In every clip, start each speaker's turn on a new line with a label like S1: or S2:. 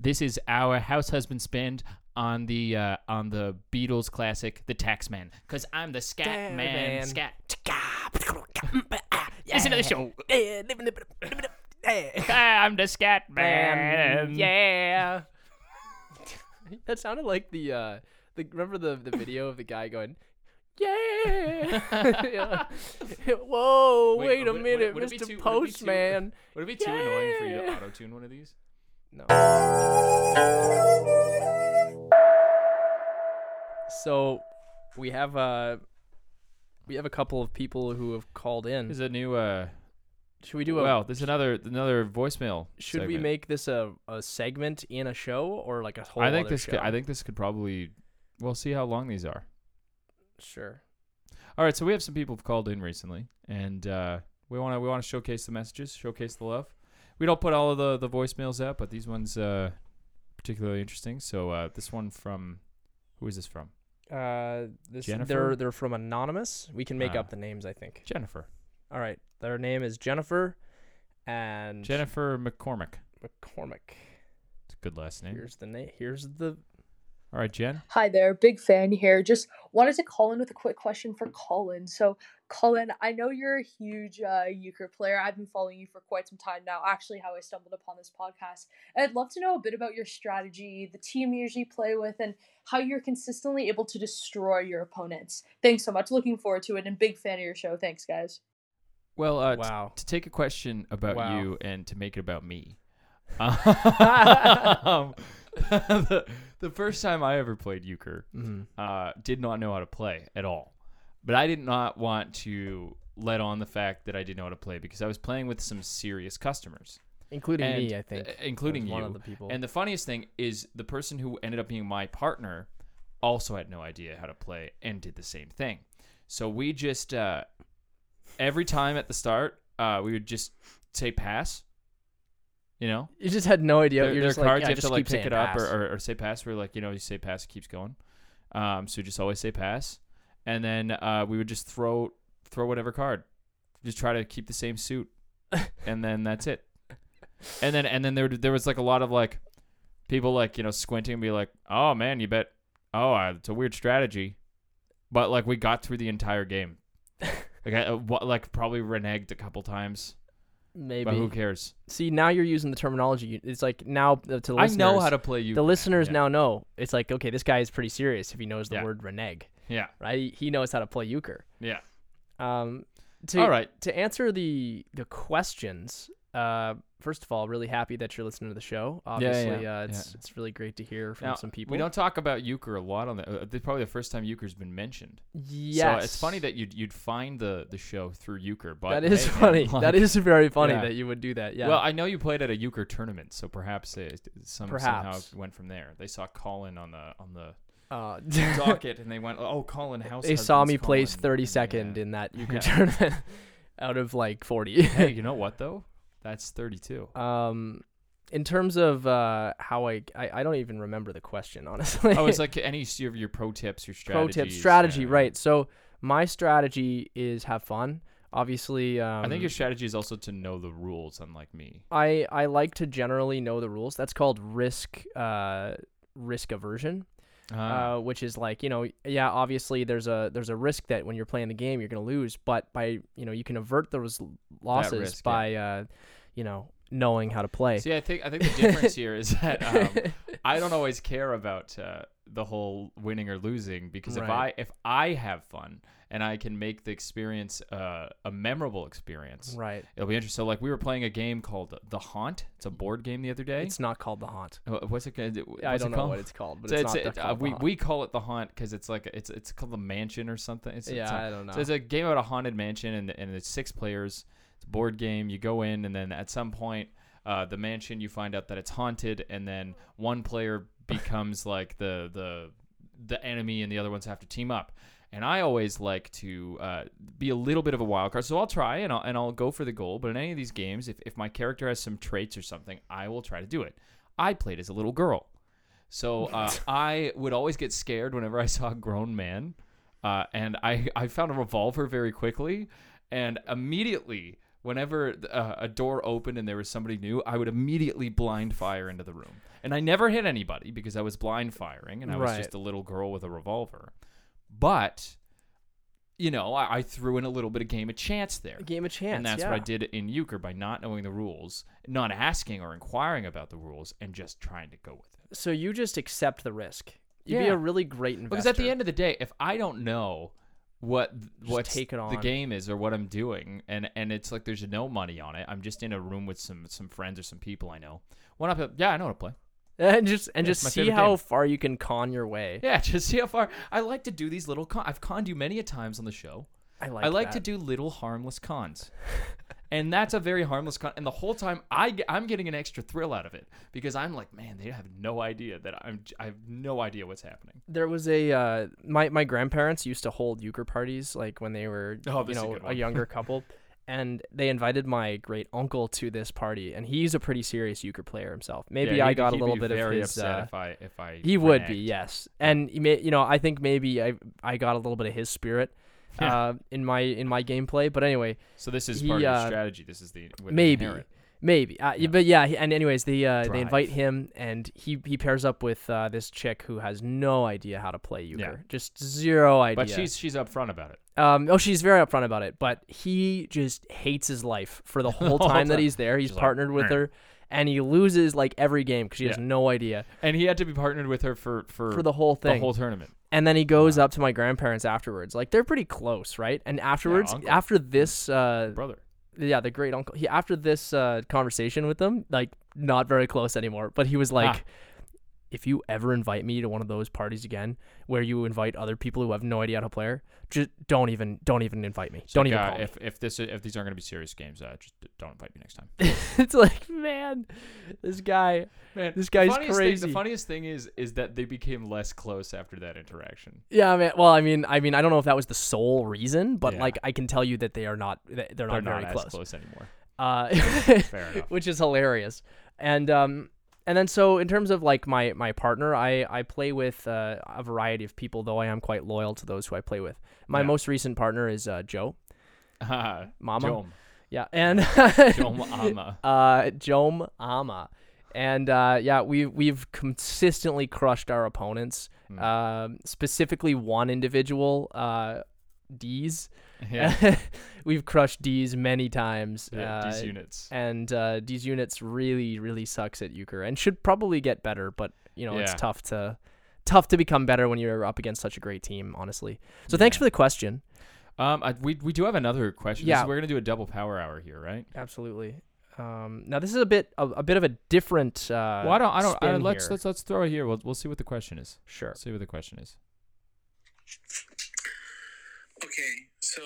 S1: This is our house husband spend on the uh, on the Beatles classic, The Taxman, because I'm the scat
S2: Yeah,
S1: man,
S2: man.
S1: Scat.
S2: It's
S1: Listen to the show.
S2: Yeah, living it- living it- yeah.
S1: I'm the scat man.
S2: Um, yeah. that sounded like the uh the remember the the video of the guy going yeah, Yeah. whoa
S1: Wait,
S2: wait, a
S1: would- would-
S2: minute
S1: would it be
S2: mr
S1: too- would it be too-
S2: postman
S1: Would it be too annoying for you to
S2: Yeah.
S1: auto tune one of these?
S2: no so we have uh we have a couple of people who have called in
S1: There's a new. Uh,
S2: should we do a
S1: well, there's another another voicemail.
S2: should we
S1: segment.
S2: make this a, a segment in a show or like a whole
S1: I think
S2: other
S1: this.
S2: show?
S1: Could, I think this could probably. We'll see how long these are.
S2: sure
S1: All right, so we have some people who've called in recently, and uh, we want to we want to showcase the messages, showcase the love. We don't put all of the the voicemails out, but these ones uh, particularly interesting. So uh, this one from who is this from?
S2: Uh, this
S1: Jennifer?
S2: they're they're from anonymous. We can make
S1: Ah.
S2: up the names, I think.
S1: Jennifer.
S2: All right, their name is Jennifer and
S1: Jennifer McCormick.
S2: McCormick.
S1: It's a good last name.
S2: Here's the name. Here's the
S1: All right, Jen.
S3: Hi there, big fan here. Just wanted to call in with a quick question for Colin. So, Colin, I know you're a huge uh, euchre player. I've been following you for quite some time now. Actually, how I stumbled upon this podcast. And I'd love to know a bit about your strategy, the team you usually play with, and how you're consistently able to destroy your opponents. Thanks so much. Looking forward to it, and big fan of your show. Thanks, guys.
S1: Well, uh, t-
S2: Wow.
S1: to take a question about
S2: Wow.
S1: you and to make it about me. Um, the, the first time I ever played euchre, uh, did not know how to play at all. But I did not want to let on the fact that I didn't know how to play because I was playing with some serious customers,
S2: including
S1: And-
S2: me, I think.
S1: uh, including
S2: was
S1: you.
S2: one of the people.
S1: And the funniest thing is the person who ended up being my partner also had no idea how to play and did the same thing. So we just uh, every time at the start, uh, we would just say pass. You know,
S2: You just had no idea.
S1: their,
S2: You're
S1: their
S2: just
S1: cards,
S2: like, yeah,
S1: you have
S2: just
S1: to like
S2: keep
S1: pick it
S2: saying
S1: up or,
S2: pass.
S1: or, or say pass. We're like, you know, you say pass, it keeps going. Um, so just always say pass, and then uh, we would just throw throw whatever card, just try to keep the same suit, and then that's it. And then and then there there was like a lot of like people like you know squinting and be like, oh man, you bet, oh uh, it's a weird strategy, but like we got through the entire game. Like, I, uh, what, like probably reneged a couple times,
S2: maybe.
S1: but who cares?
S2: See, now you're using the terminology. It's like now uh, to the
S1: I
S2: listeners.
S1: know how to play you.
S2: The listeners
S1: Yeah.
S2: now know. It's like okay, this guy is pretty serious if he knows the
S1: Yeah.
S2: word reneg,
S1: Yeah,
S2: right? He- He knows how to play euchre.
S1: yeah.
S2: Um, to,
S1: All right.
S2: To answer the the questions, uh, first of all, really happy that you're listening to the show.
S1: yeah,
S2: Obviously,
S1: yeah.
S2: uh, it's it's really great to hear from
S1: Now,
S2: some people.
S1: We don't talk about euchre a lot on the. Uh, this is probably the first time euchre's been mentioned.
S2: Yes,
S1: So uh, it's funny that you'd you'd find the the show through euchre, but
S2: that is
S1: hey, man,
S2: funny.
S1: like-
S2: that is very funny
S1: Yeah.
S2: that you would do that. Yeah.
S1: Well, I know you played at a euchre tournament, so perhaps it, some somehow
S2: Perhaps.
S1: it went from there. They saw Colin on the on the
S2: uh,
S1: docket, and they went, "Oh, Colin House."
S2: they saw
S1: husband's
S2: me place
S1: Colin." uh,
S2: thirty
S1: Yeah.
S2: second in that euchre
S1: Yeah.
S2: tournament out of like forty.
S1: hey, you know what though? That's thirty-two.
S2: um, in terms of uh, how I, I I don't even remember the question honestly.
S1: oh, it's like any s- of your pro tips, your
S2: pro
S1: strategies.
S2: tip strategy,
S1: yeah.
S2: right? So my strategy is have fun. Obviously, um,
S1: I think your strategy is also to know the rules, unlike me.
S2: I I like to generally know the rules. That's called risk uh, risk aversion,
S1: Ah,
S2: uh, which is like you know yeah obviously there's a there's a risk that when you're playing the game you're gonna lose, but by you know you can avert those l- losses
S1: risk, yeah.
S2: by uh, you know knowing how to play.
S1: See, I think I think the difference here is that um, I don't always care about uh, the whole winning or losing because if I
S2: Right.
S1: if I have fun and I can make the experience uh, a memorable experience,
S2: right.
S1: it'll be interesting. So, like we were playing a game called The Haunt. It's a board game the other day.
S2: It's not called the haunt.
S1: Uh, What's it? ca- What's
S2: I
S1: it
S2: don't know
S1: called?
S2: what it's called, but
S1: So
S2: it's, not
S1: it-
S2: the-
S1: uh,
S2: called the
S1: we
S2: haunt.
S1: we call it the haunt because it's like it's it's called the mansion or something. It's, it's
S2: yeah,
S1: not-
S2: I don't know.
S1: so it's a game about a haunted mansion, and and it's six players. It's a board game. You go in, and then at some point, uh, the mansion you find out that it's haunted, and then one player becomes like the the the enemy, and the other ones have to team up. And I always like to uh, be a little bit of a wild card, so I'll try and I'll, and I'll go for the goal. But in any of these games, if, if my character has some traits or something, I will try to do it. I played as a little girl. So uh, I would always get scared whenever I saw a grown man, uh, and I I found a revolver very quickly, and immediately whenever uh, a door opened and there was somebody new, I would immediately blind fire into the room. And I never hit anybody because I was blind firing and I was
S2: Right.
S1: just a little girl with a revolver. But, you know, I, I threw in a little bit of game of chance there.
S2: A game of chance.
S1: and that's what I
S2: yeah.
S1: did in euchre by not knowing the rules, not asking or inquiring about the rules, and just trying to go with it.
S2: So you just accept the risk. You'd be
S1: Yeah.
S2: a really great investor.
S1: Because at the end of the day, if I don't know what what
S2: take it
S1: the
S2: on.
S1: game is or what I'm doing, and and it's like there's no money on it. I'm just in a room with some some friends or some people I know. One up, yeah, I know how to play.
S2: and just and
S1: Yeah, it's
S2: just
S1: my
S2: see
S1: favorite
S2: how
S1: game.
S2: far you can con your way.
S1: Yeah, just see how far. I like to do these little. Con- I've conned you many a times on the show.
S2: I like.
S1: I like to
S2: that.
S1: do little harmless cons. and that's a very harmless con. And the whole time, I, ge- I'm getting an extra thrill out of it because I'm like, man, they have no idea that I'm, j- I have no idea what's happening.
S2: There was a uh, my my grandparents used to hold euchre parties like when they were
S1: Oh,
S2: you
S1: this is a
S2: know
S1: good
S2: a,
S1: one.
S2: younger couple, and they invited my great uncle to this party, and he's a pretty serious euchre player himself. Maybe
S1: Yeah,
S2: I
S1: he'd-
S2: got a
S1: he'd
S2: little
S1: be
S2: bit
S1: very
S2: of his.
S1: upset
S2: uh,
S1: if I, if I,
S2: He would be,
S1: reneged.
S2: yes. And you may- you know, I think maybe I I got a little bit of his spirit
S1: Yeah.
S2: uh, in my in my gameplay. But anyway,
S1: So this is
S2: He,
S1: part of
S2: uh,
S1: the strategy. This is the what they
S2: maybe
S1: inherit.
S2: maybe uh, y-
S1: Yeah.
S2: but yeah he- and anyways they uh, they
S1: Drive.
S2: invite him and he he pairs up with uh, this chick who has no idea how to play euchre just zero idea
S1: But she's she's upfront about it.
S2: um oh she's very upfront about it but he just hates his life for the whole
S1: whole
S2: time that
S1: time.
S2: he's there he's
S1: She's like,
S2: partnered with
S1: "Meh."
S2: her and he loses like every game because he has
S1: Yeah.
S2: no idea
S1: And he had to be partnered with her for for,
S2: for the whole
S1: the
S2: thing
S1: whole tournament.
S2: and then he goes up to my grandparents afterwards like they're pretty close right and afterwards
S1: uncle.
S2: after this uh
S1: Brother.
S2: yeah, the great uncle. He after this uh, conversation with them, like not very close anymore, but he was like,
S1: Ah.
S2: "If you ever invite me to one of those parties again, where you invite other people who have no idea how to play, just don't even don't even invite me.
S1: It's
S2: don't
S1: like,
S2: even
S1: uh,
S2: call
S1: if if this if these aren't going to be serious games, uh, just d- don't invite me next time.
S2: me." it's like, man, this guy.
S1: Man,
S2: This
S1: the
S2: guy's
S1: funniest thing-
S2: crazy.
S1: the funniest thing is is that they became less close after that interaction.
S2: Yeah, man. Well, I mean, I mean, I don't know if that was the sole reason, but
S1: Yeah.
S2: like, I can tell you that they are not. They're not,
S1: They're not
S2: very
S1: as
S2: close.
S1: close anymore.
S2: Uh,
S1: Fair enough.
S2: which is hilarious. And um, and then so in terms of like my my partner, I I play with uh, a variety of people, though I am quite loyal to those who I play with. My
S1: Yeah.
S2: most recent partner is uh, Joe,
S1: Uh,
S2: Mama,
S1: Jom.
S2: yeah, and
S1: Jom Ama.
S2: uh, Jom Ama, and uh, yeah, we we've consistently crushed our opponents.
S1: Hmm.
S2: Um, specifically, one individual, uh, D's.
S1: Yeah.
S2: we've crushed D's many times.
S1: yeah,
S2: uh,
S1: these units.
S2: and uh, these units really really sucks at euchre and should probably get better but you know it's
S1: Yeah.
S2: tough to tough to become better when you're up against such a great team honestly so thanks
S1: Yeah.
S2: for the question
S1: Um, I, we we do have another question. This-
S2: Yeah.
S1: we're gonna do a double power hour here, right?
S2: absolutely um, now this is a bit a, a bit of a different uh,
S1: well, I don't. I don't. I,
S2: spin
S1: let's
S2: here.
S1: let's let's throw it here. We'll we'll see what the question is.
S2: sure
S1: See what the question is.
S4: Okay, so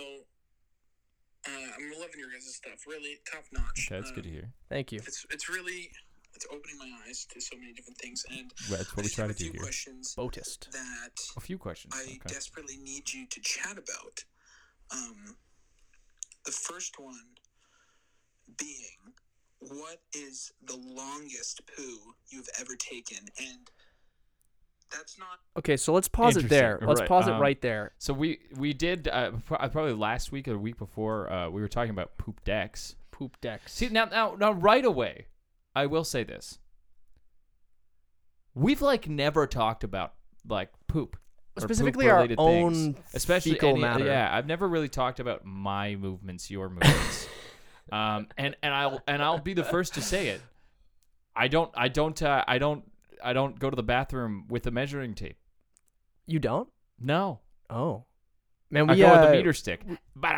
S4: uh, I'm loving your guys' stuff. Really top notch.
S1: Okay, that's
S4: Uh,
S1: good to hear.
S2: thank you
S4: It's it's really it's opening my eyes to so many different things, and
S1: Well, that's
S4: I
S1: what we
S4: just
S1: try
S4: have
S1: to do
S4: a few
S1: here.
S4: questions
S2: botist
S4: that
S1: A few questions.
S4: I
S1: okay.
S4: desperately need you to chat about. Um, the first one being, what is the longest poo you've ever taken, and that's not
S2: okay so let's pause it
S1: Interesting.
S2: there let's
S1: Right,
S2: pause it
S1: um,
S2: right there
S1: So we we did uh, pro- uh, probably last week or the week before uh, we were talking about poop decks.
S2: poop decks
S1: See now now now right away, I will say this. We've like never talked about like poop. or
S2: Specifically our
S1: poop-related things.
S2: own
S1: especially
S2: fecal
S1: any-
S2: matter.
S1: Yeah, I've never really talked about my movements, your movements. um, and and I'll and I'll be the first to say it. I don't I don't uh, I don't I don't go to the bathroom with a measuring tape.
S2: you don't
S1: No,
S2: oh man
S1: I
S2: we
S1: go with
S2: uh,
S1: a meter stick. But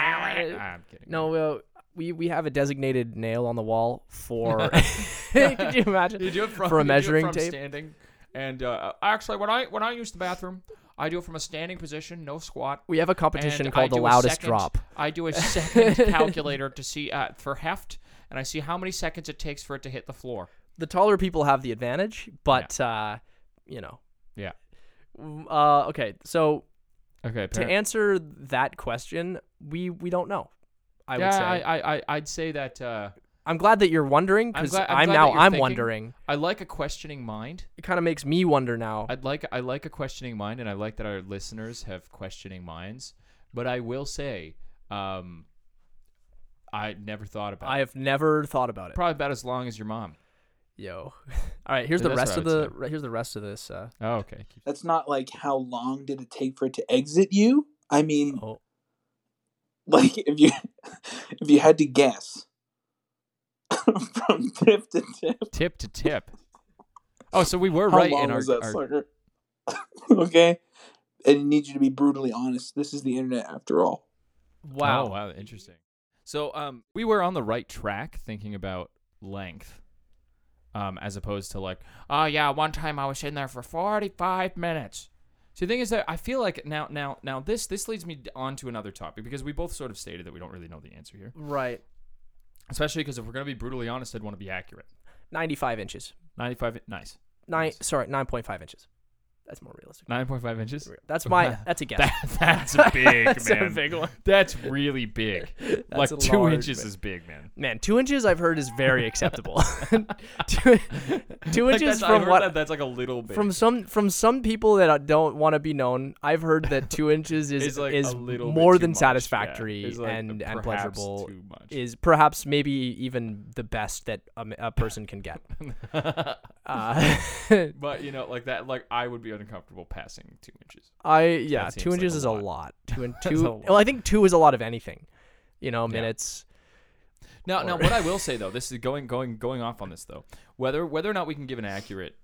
S1: I'm kidding.
S2: No, uh, we we have a designated nail on the wall for. Could you imagine?
S1: You do it from,
S2: for a
S1: you do it
S2: measuring
S1: from
S2: tape.
S1: standing. And uh, actually, when I when I use the bathroom, I do it from a standing position, no squat.
S2: We have a competition
S1: and I
S2: called the
S1: do a
S2: loudest
S1: second-
S2: drop.
S1: I do a second calculator to see uh, for heft, and I see how many seconds it takes for it to hit the floor.
S2: The taller people have the advantage, but uh, you know.
S1: Yeah.
S2: W- Uh, okay, so
S1: Okay.
S2: to answer that question, we we don't know. I
S1: yeah,
S2: would say
S1: I, I, I, I'd say that uh,
S2: am glad that you're wondering
S1: I'm
S2: because
S1: glad-
S2: I'm,
S1: I'm glad
S2: now
S1: that you're
S2: I'm
S1: thinking.
S2: wondering.
S1: I like a questioning mind.
S2: It kind of makes me wonder now.
S1: I'd like I like a questioning mind, and I like that our listeners have questioning minds. But I will say, um, I never thought about.
S2: I
S1: it.
S2: have never thought about it.
S1: Probably about as long as your mom.
S2: Yo. All right, here's the
S1: That's
S2: rest of
S1: what I
S2: the
S1: would
S2: re- here's the rest of this. Uh,
S1: Oh, okay. Keep-
S4: That's not like how long did it take for it to exit you? I mean,
S2: oh,
S4: like if you if you had to guess from tip to tip,
S1: Tip to tip. Oh, so we were
S4: how
S1: right
S4: long
S1: in our,
S4: was that
S1: our
S4: sucker? okay, and I need you to be brutally honest. This is the internet after all.
S2: wow.
S1: Oh, wow, interesting. So, um, we were on the right track thinking about length, um, as opposed to like, oh yeah, one time I was in there for forty-five minutes. So the thing is that I feel like now, now, now this this leads me on to another topic because we both sort of stated that we don't really know the answer here,
S2: Right.
S1: especially because if we're gonna be brutally honest, I'd want to be accurate.
S2: 95 inches.
S1: Ninety-five, nice.
S2: Nine. Sorry, 9.5 inches. That's more realistic.
S1: Nine point five inches.
S2: That's my. That's a guess.
S1: That, that's a big
S2: That's a
S1: man.
S2: big one.
S1: That's really big.
S2: That's a
S1: like two
S2: large
S1: inches
S2: man.
S1: is big, man.
S2: Man, two inches I've heard is very acceptable. two, two
S1: Like,
S2: inches
S1: that's- I
S2: from
S1: heard
S2: what?
S1: that- that's like a little bit.
S2: From some from some people that don't want to be known, I've heard that two inches is
S1: It's like
S2: is
S1: a little bit
S2: more
S1: too
S2: than
S1: much, yeah.
S2: satisfactory
S1: It's like
S2: and
S1: perhaps
S2: and pleasurable.
S1: too much.
S2: Is perhaps maybe even the best that a, m- a person can get. Uh,
S1: but you know, like that, like I would be uncomfortable passing two inches.
S2: I yeah,
S1: That
S2: two
S1: seems like
S2: inches
S1: a
S2: is a
S1: lot.
S2: lot. Two and
S1: That's
S2: two.
S1: a lot.
S2: Well, I think two is a lot of anything. You know, minutes.
S1: Now, now,
S2: Or-
S1: what I will say though, this is going, going, going off on this though. Whether whether or not we can give an accurate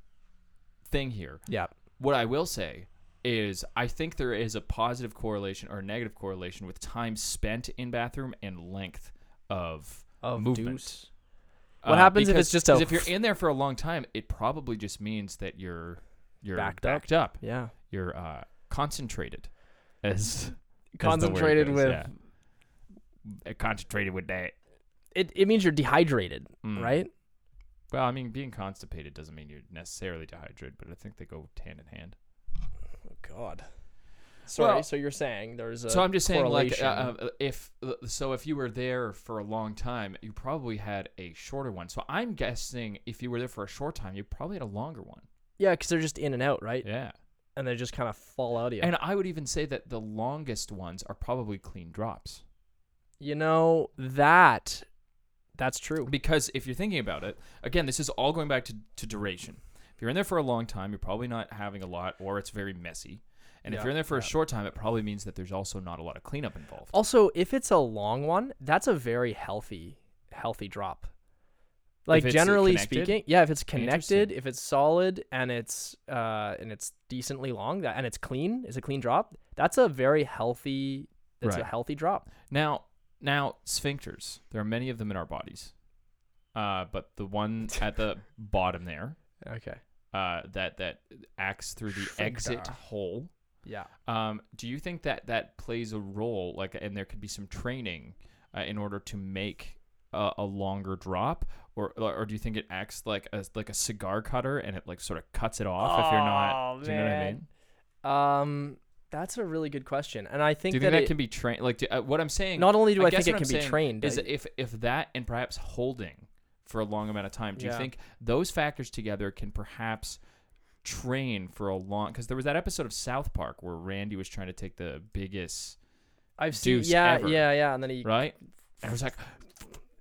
S1: thing here,
S2: Yeah.
S1: what I will say is I think there is a positive correlation or a negative correlation with time spent in bathroom and length of, movement.
S2: deuce. What happens if it's just a-
S1: 'cause if you're in there for a long time, it probably just means that you're you're
S2: Backed
S1: backed,
S2: up.
S1: up.
S2: Yeah.
S1: You're uh, concentrated, as as the word
S2: Concentrated
S1: goes,
S2: with.
S1: yeah. Uh, concentrated with that.
S2: It, it means you're dehydrated,
S1: Mm.
S2: right?
S1: Well, I mean, being constipated doesn't mean you're necessarily dehydrated, but I think they go hand in hand.
S2: God. Sorry.
S1: Well-
S2: so you're saying there's a
S1: so I'm just saying, like, uh,
S2: correlation.
S1: uh, if so, if you were there for a long time, you probably had a shorter one. So I'm guessing if you were there for a short time, you probably had a longer one.
S2: yeah, because they're just in and out, right?
S1: Yeah.
S2: And they just kind of fall out of you.
S1: And I would even say that the longest ones are probably clean drops.
S2: you know that. That's true.
S1: Because if you're thinking about it, again, this is all going back to, to duration. If you're in there for a long time, you're probably not having a lot, or it's very messy. And
S2: Yeah,
S1: if you're in there for a
S2: yeah.
S1: short time, it probably means that there's also not a lot of cleanup involved.
S2: Also, if it's a long one, that's a very healthy, healthy drop. Like
S1: it's, uh,
S2: generally
S1: connected?
S2: speaking, yeah. If it's
S1: Interesting.
S2: connected, if it's solid, and it's uh and it's decently long, that and it's clean, it's a clean drop. That's a very healthy. That's a
S1: Right.
S2: healthy drop.
S1: Now, now sphincters. There are many of them in our bodies, uh, but the one at the bottom there,
S2: Okay.
S1: uh, that that acts through the exit
S2: Sphincter.
S1: hole.
S2: Yeah.
S1: Um, do you think that that plays a role? Like, and there could be some training uh, in order to make a, a longer drop, or or do you think it acts like a like a cigar cutter and it like sort of cuts it off if you're not?
S2: Oh,
S1: Do you know what I
S2: man.
S1: mean?
S2: Um, that's a really good question, and I
S1: Do
S2: think
S1: you think
S2: that,
S1: that,
S2: it,
S1: can be trained? Like, do, uh, what I'm saying.
S2: not only do I,
S1: guess
S2: think it
S1: what
S2: can
S1: I'm
S2: be
S1: saying
S2: trained.
S1: Is
S2: I-
S1: that if if that and perhaps holding for a long amount of time, do
S2: Yeah.
S1: you think those factors together can perhaps train for a long? Because there was that episode of South Park where Randy was trying to take the biggest
S2: I've seen.
S1: deuce
S2: Yeah,
S1: ever,
S2: yeah, yeah. And then he.
S1: right, and it was like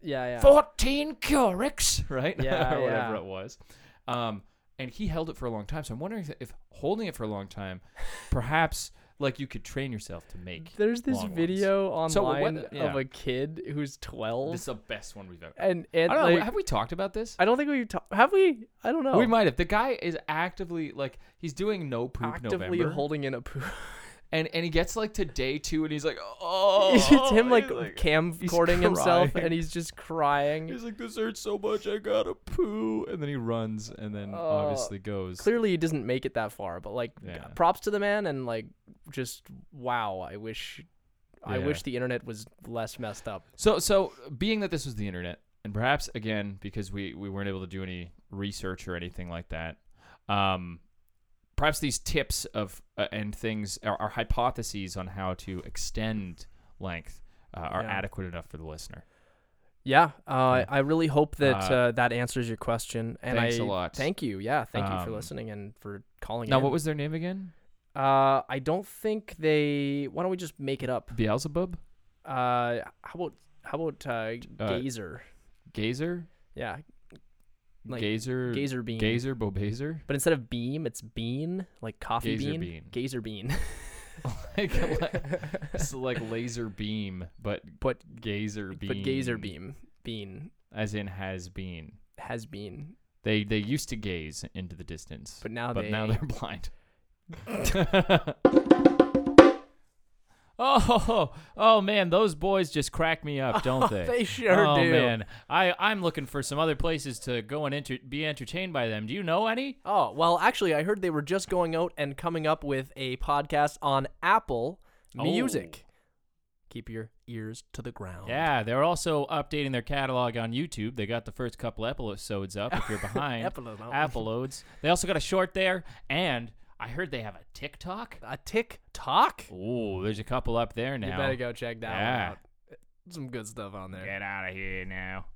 S2: Yeah, yeah.
S1: fourteen Keurigs, right?
S2: uh, Yeah,
S1: or whatever
S2: yeah.
S1: it was. Um, and he held it for a long time. So I'm wondering if, if holding it for a long time, perhaps like you could train yourself to make.
S2: There's this
S1: long ones.
S2: video
S1: So what-
S2: online of
S1: yeah.
S2: a kid who's 12
S1: This is the best one we've ever.
S2: and and
S1: I don't know.
S2: like,
S1: have we talked about this?
S2: I don't think we've ta- have we I don't know.
S1: We might have. The guy is actively like he's doing no poop
S2: actively
S1: November,
S2: holding in a poo.
S1: and and he gets like to day two, and he's like, oh,
S2: it's him like,
S1: he's like,
S2: camcording himself
S1: crying.
S2: and he's just crying.
S1: he's like, this hurts so much, I gotta poo, and then he runs, and then
S2: Oh,
S1: obviously goes.
S2: Clearly he didn't make it that far, but like g-
S1: Yeah.
S2: props to the man and like just wow, I wish I
S1: Yeah.
S2: wish the internet was less messed up.
S1: So so being that this was the internet, and perhaps again because we we weren't able to do any research or anything like that, um, perhaps these tips of uh, and things are, are hypotheses on how to extend length uh, are
S2: Yeah.
S1: adequate enough for the listener.
S2: Yeah, uh, I really hope that uh,
S1: Uh,
S2: that answers your question. And
S1: thanks
S2: I
S1: a lot.
S2: thank you. Yeah, thank you for
S1: Um,
S2: listening and for calling.
S1: Now,
S2: in.
S1: what was their name again?
S2: Uh, I don't think they. Why don't we just make it up?
S1: Beelzebub?
S2: Uh, how about How about uh,
S1: uh,
S2: gazer?
S1: Gazer?
S2: Yeah, like
S1: gazer?
S2: gazer bean.
S1: Gazer? Bobazer?
S2: But instead of beam, it's bean, like coffee
S1: Gazer
S2: bean.
S1: bean.
S2: Gazer bean.
S1: like, like, it's like laser beam, but
S2: but
S1: gazer beam.
S2: but gazer beam bean
S1: As in has been.
S2: has been.
S1: They they used to gaze into the distance,
S2: But now
S1: but
S2: they
S1: now they're blind. oh, oh man, those boys just crack me up, don't
S2: Oh,
S1: they?
S2: they sure
S1: oh,
S2: do.
S1: man, I I'm looking for some other places to go and enter- be entertained by them. Do you know any?
S2: Oh well, actually, I heard they were just going out and coming up with a podcast on Apple
S1: Oh.
S2: Music. Keep your ears to the ground.
S1: Yeah, they're also updating their catalog on YouTube. They got the first couple episodes up. If you're behind,
S2: Epilogue.
S1: epilodes. They also got a short there, and I heard they have a TikTok.
S2: A TikTok.
S1: Oh, there's a couple up there now.
S2: You better go check that one
S1: Yeah.
S2: out. Some good stuff on there.
S1: Get out of here now.